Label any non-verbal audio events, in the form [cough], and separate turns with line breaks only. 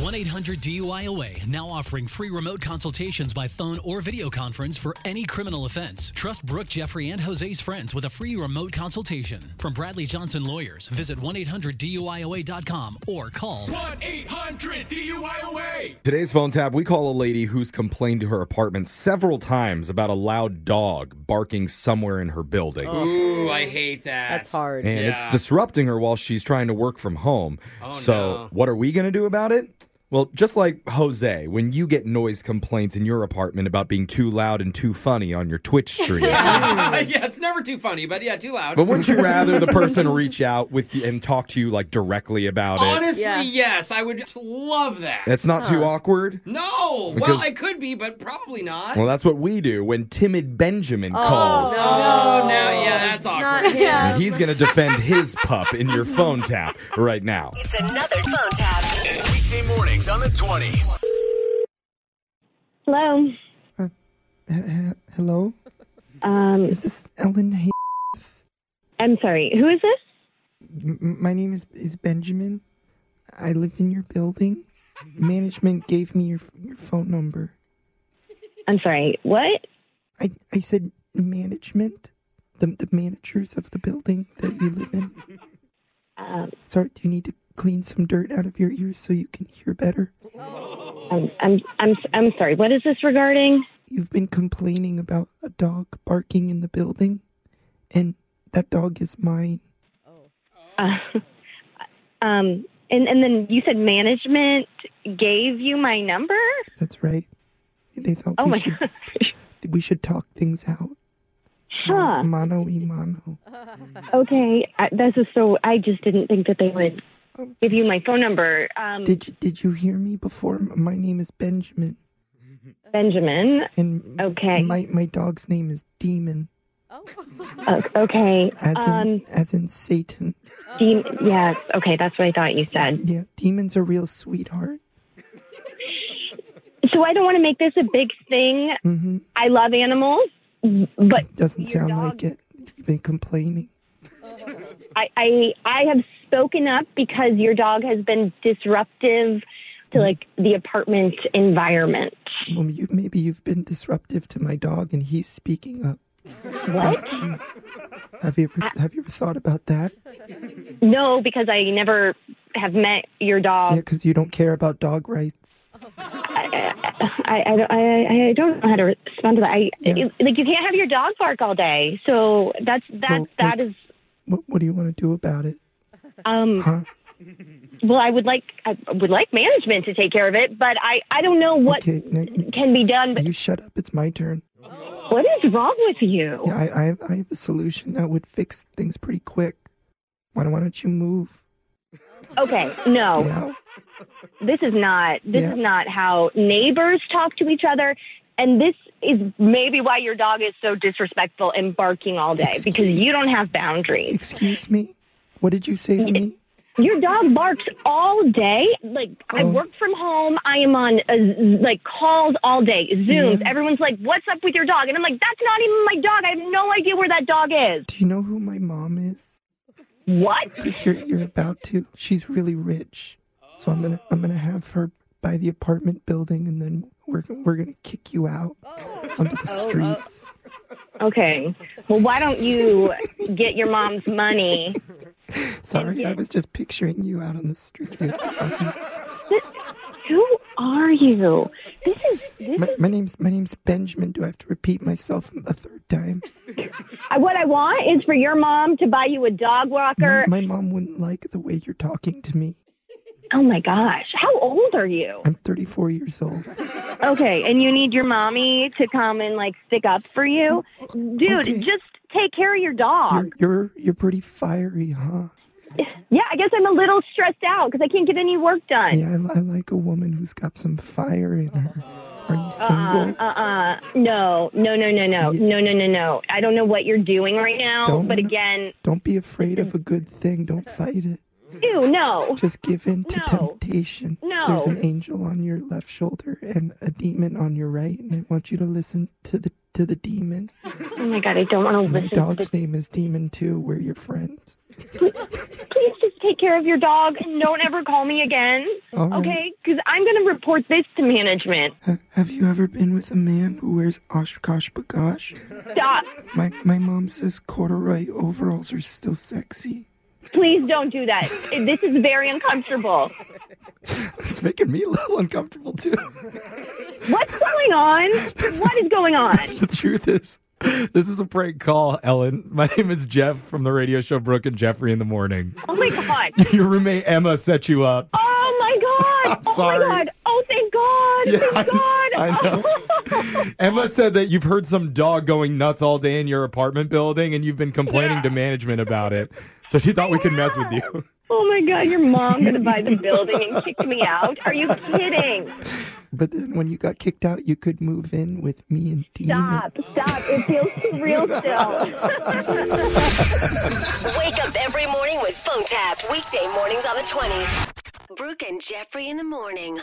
1 800 DUIOA now offering free remote consultations by phone or video conference for any criminal offense. Trust Brooke, Jeffrey, and Jose's friends with a free remote consultation. From Bradley Johnson Lawyers, visit 1 800 DUIOA.com or call
1 800 DUIOA.
Today's phone tap, we call a lady who's complained to her apartment several times about a loud dog barking somewhere in her building.
Ooh, I hate that.
That's hard.
And it's
Oh, Yeah.
disrupting her while she's trying to work from home.
Oh,
so,
no.
what are we going to do about it? Well, just like Jose, when you get noise complaints in your apartment about being too loud and too funny on your Twitch
[laughs] [laughs]
stream,
yeah, it's never too funny, but yeah, too loud.
but wouldn't you rather the person reach out with you and talk to you like directly about it?
Honestly,
Yeah.
yes, I would love that.
That's not too awkward.
no,
Because-
well, I could be, but probably not.
Well, that's what we do when timid Benjamin calls.
Oh, no, [laughs] yeah, that's awkward.
Not him.
And he's going to defend his pup in your phone tap right now.
It's another phone tap.
Weekday mornings on the 20s.
Hello.
Uh, Hello?
Um,
Is this Ellen? Hay-
I'm sorry. Who is this?
M- m- my name is, is Benjamin. I live in your building. Management gave me your, f- your phone number.
I'm sorry. What?
I, I said management? The, the managers of the building that you live in?
Um,
Sorry, do you need to clean some dirt out of your ears so you can hear better?
I'm, I'm I'm I'm sorry. What is this regarding?
You've been complaining about a dog barking in the building, and that dog is mine.
Uh, um, and and then you said management gave you my number.
That's right. They thought
Oh
we,
my
should,
gosh.
we should talk things out.
[laughs] Huh.
Mono y mano.
Okay. I, this is so. I just didn't think that they would give you my phone number. Um,
Did you, did you hear me before? M- My name is Benjamin,
Benjamin.
and
Okay.
my my dog's name is Demon,
O- Uh, okay.
as in
Um.
as in Satan.
Dem- yes. Okay. That's what I thought you said.
Yeah, Demon's a real sweetheart.
So I don't want to make this a big thing.
Mm-hmm.
I love animals, but
Doesn't
Your
sound
dog-
like it. You've been complaining.
I, I I have spoken up because your dog has been disruptive to like the apartment environment.
Well, you, maybe you've been disruptive to my dog, and he's speaking up.
What?
[laughs] Have you ever have you ever thought about that?
No, because I never have met your
Yeah,
dog.
because you don't care about dog rights.
[laughs] I, I, don't- I, I don't know how to respond to that. I
Yeah.
it- like you can't have your dog bark all day. So that's that's
So,
that
like-
is
What what do you want to do about it?
um
Huh?
well I would like I would like management to take care of it, but I I don't know what
Okay, now,
can be done. But
you shut up. It's my turn.
what is wrong with you?
Yeah, I, I, have, I have a solution that would fix things pretty quick. Why, don't- why don't you move?
Okay, no.
Get out.
this is not this
Yeah.
is not how neighbors talk to each other and this is maybe why your dog is so disrespectful and barking all day because you don't have boundaries.
Excuse me? What did you say to me?
Your dog barks all day. Like I
Oh.
work from home, I am on uh, like calls all day, Zooms.
Yeah.
Everyone's like, "What's up with your dog?" And I'm like, "That's not even my dog. I have no idea where that dog is."
Do you know who my mom is?
What?
'Cause you're, you're about to. She's really rich. So I'm gonna I'm gonna have her buy the apartment building and then we're we're gonna kick you out onto the streets.
Okay. Well, why don't you get your mom's money?
Sorry, I was just picturing you out on the street. It's fine.
Who are you? This is this
My, my name's my name's Benjamin. Do I have to repeat myself a third time?
I, what I want is for your mom to buy you a dog walker.
My, my mom wouldn't like the way you're talking to me. Mm-hmm.
oh my gosh, how old are you?
I'm 34 years old.
Okay, and you need your mommy to come and like stick up for you, dude.
Okay. Mm.
Just take care of your dog.
You're you're you're pretty fiery, huh?
yeah, I guess I'm a little stressed out because I can't get any work done.
Yeah, I, li- I like a woman who's got some fire in her. Are you single?
Uh uh no no no no no
Yeah.
no no no no I don't know what you're doing right now
Don't
but
know.
again
Don't be afraid of a good thing. Don't fight it.
ew no
Just give in to
Uh, No.
temptation.
No.
There's an angel on your left shoulder and a demon on your right, and I want you to listen to the to the demon.
oh my god I don't want to
My
listen to
dog's name is Demon too. We're your friend.
please just take care of your dog and don't ever call me again.
All right.
Okay? Because I'm going to report this to management.
Ha- Have you ever been with a man who wears Oshkosh Bagosh?
Stop.
My my mom says corduroy overalls are still sexy.
Please don't do that. This is very uncomfortable.
It's making me a little uncomfortable too.
What's going on? What is going on?
[laughs] the truth is, this is a prank call, Ellen. My name is Jeff from the radio show Brooke and Jeffrey in the Morning.
Oh my God.
Your roommate Emma set you up.
Oh my God.
I'm
Oh
sorry.
my God. Oh, thank God.
Yeah,
thank
I-
God.
I [laughs] know. Emma said that you've heard some dog going nuts all day in your apartment building and you've been complaining to management about it. So she thought we could mess with you.
Oh my God, your mom gonna buy the building and kick me out? Are you kidding?
But then when you got kicked out, you could move in with me and Dean.
Stop, stop. It feels too real still.
[laughs] Wake up every morning with phone taps. Weekday mornings on the 20s. Brooke and Jeffrey in the morning.